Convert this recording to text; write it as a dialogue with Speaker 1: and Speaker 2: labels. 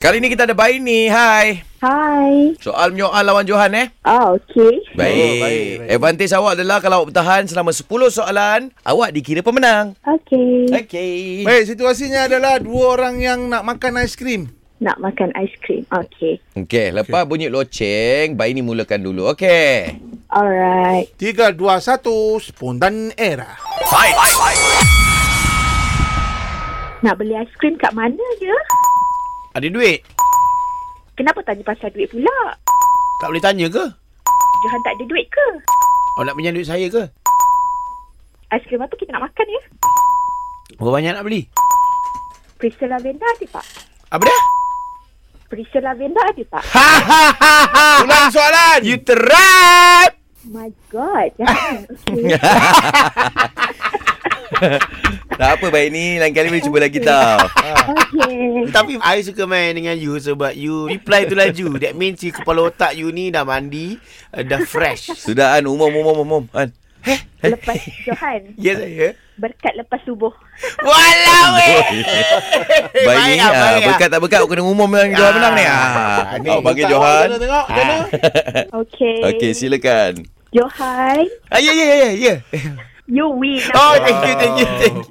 Speaker 1: Kali ni kita ada Baini. Hai.
Speaker 2: Hai.
Speaker 1: Soal menyoal lawan Johan eh.
Speaker 2: Ah,
Speaker 1: Baik. Oh,
Speaker 2: okey.
Speaker 3: baik,
Speaker 1: baik, baik. Advantage awak adalah kalau awak bertahan selama 10 soalan, awak dikira pemenang.
Speaker 2: Okey.
Speaker 1: Okey.
Speaker 3: Baik, situasinya adalah dua orang yang nak makan aiskrim.
Speaker 2: Nak makan aiskrim. Okey.
Speaker 1: Okey, lepas bunyi loceng, Baini mulakan dulu. Okey.
Speaker 2: Alright.
Speaker 3: 3, 2, 1, spontan era.
Speaker 2: Nak beli aiskrim kat mana je?
Speaker 1: Ada duit?
Speaker 2: Kenapa tanya pasal duit pula?
Speaker 1: Tak boleh tanya ke?
Speaker 2: Johan tak ada duit ke?
Speaker 1: Awak nak pinjam duit saya ke?
Speaker 2: Aiskrim apa kita nak makan ya?
Speaker 1: Berapa banyak nak beli?
Speaker 2: Perisa lavender ada tak?
Speaker 1: Apa dia?
Speaker 2: Perisa lavender ada tak?
Speaker 1: Ha ha ha ha.
Speaker 3: Ulang soalan.
Speaker 1: You terap.
Speaker 2: My God. Johan. Okey.
Speaker 1: tak apa Baini, lain kali boleh cuba lagi tau.
Speaker 2: Okey.
Speaker 4: Tapi I suka main dengan you Sebab you reply tu laju That means you kepala otak you ni Dah mandi uh, Dah fresh
Speaker 1: Sudah An, umum umum umum An.
Speaker 2: Lepas Johan.
Speaker 4: Ya saya
Speaker 2: Berkat lepas subuh.
Speaker 4: Walau eh
Speaker 1: Baik ni
Speaker 4: Baik lah,
Speaker 1: ah,
Speaker 4: baik lah.
Speaker 1: Berkat tak berkat Kau kena umum dengan Johan menang ni ah. Kau bagi Johan
Speaker 3: Tengok, tengok. Kena.
Speaker 2: Okey.
Speaker 1: Okey silakan Ah,
Speaker 2: Johan.
Speaker 4: Ya ya ya ya
Speaker 2: You win.
Speaker 4: Oh thank you thank you thank you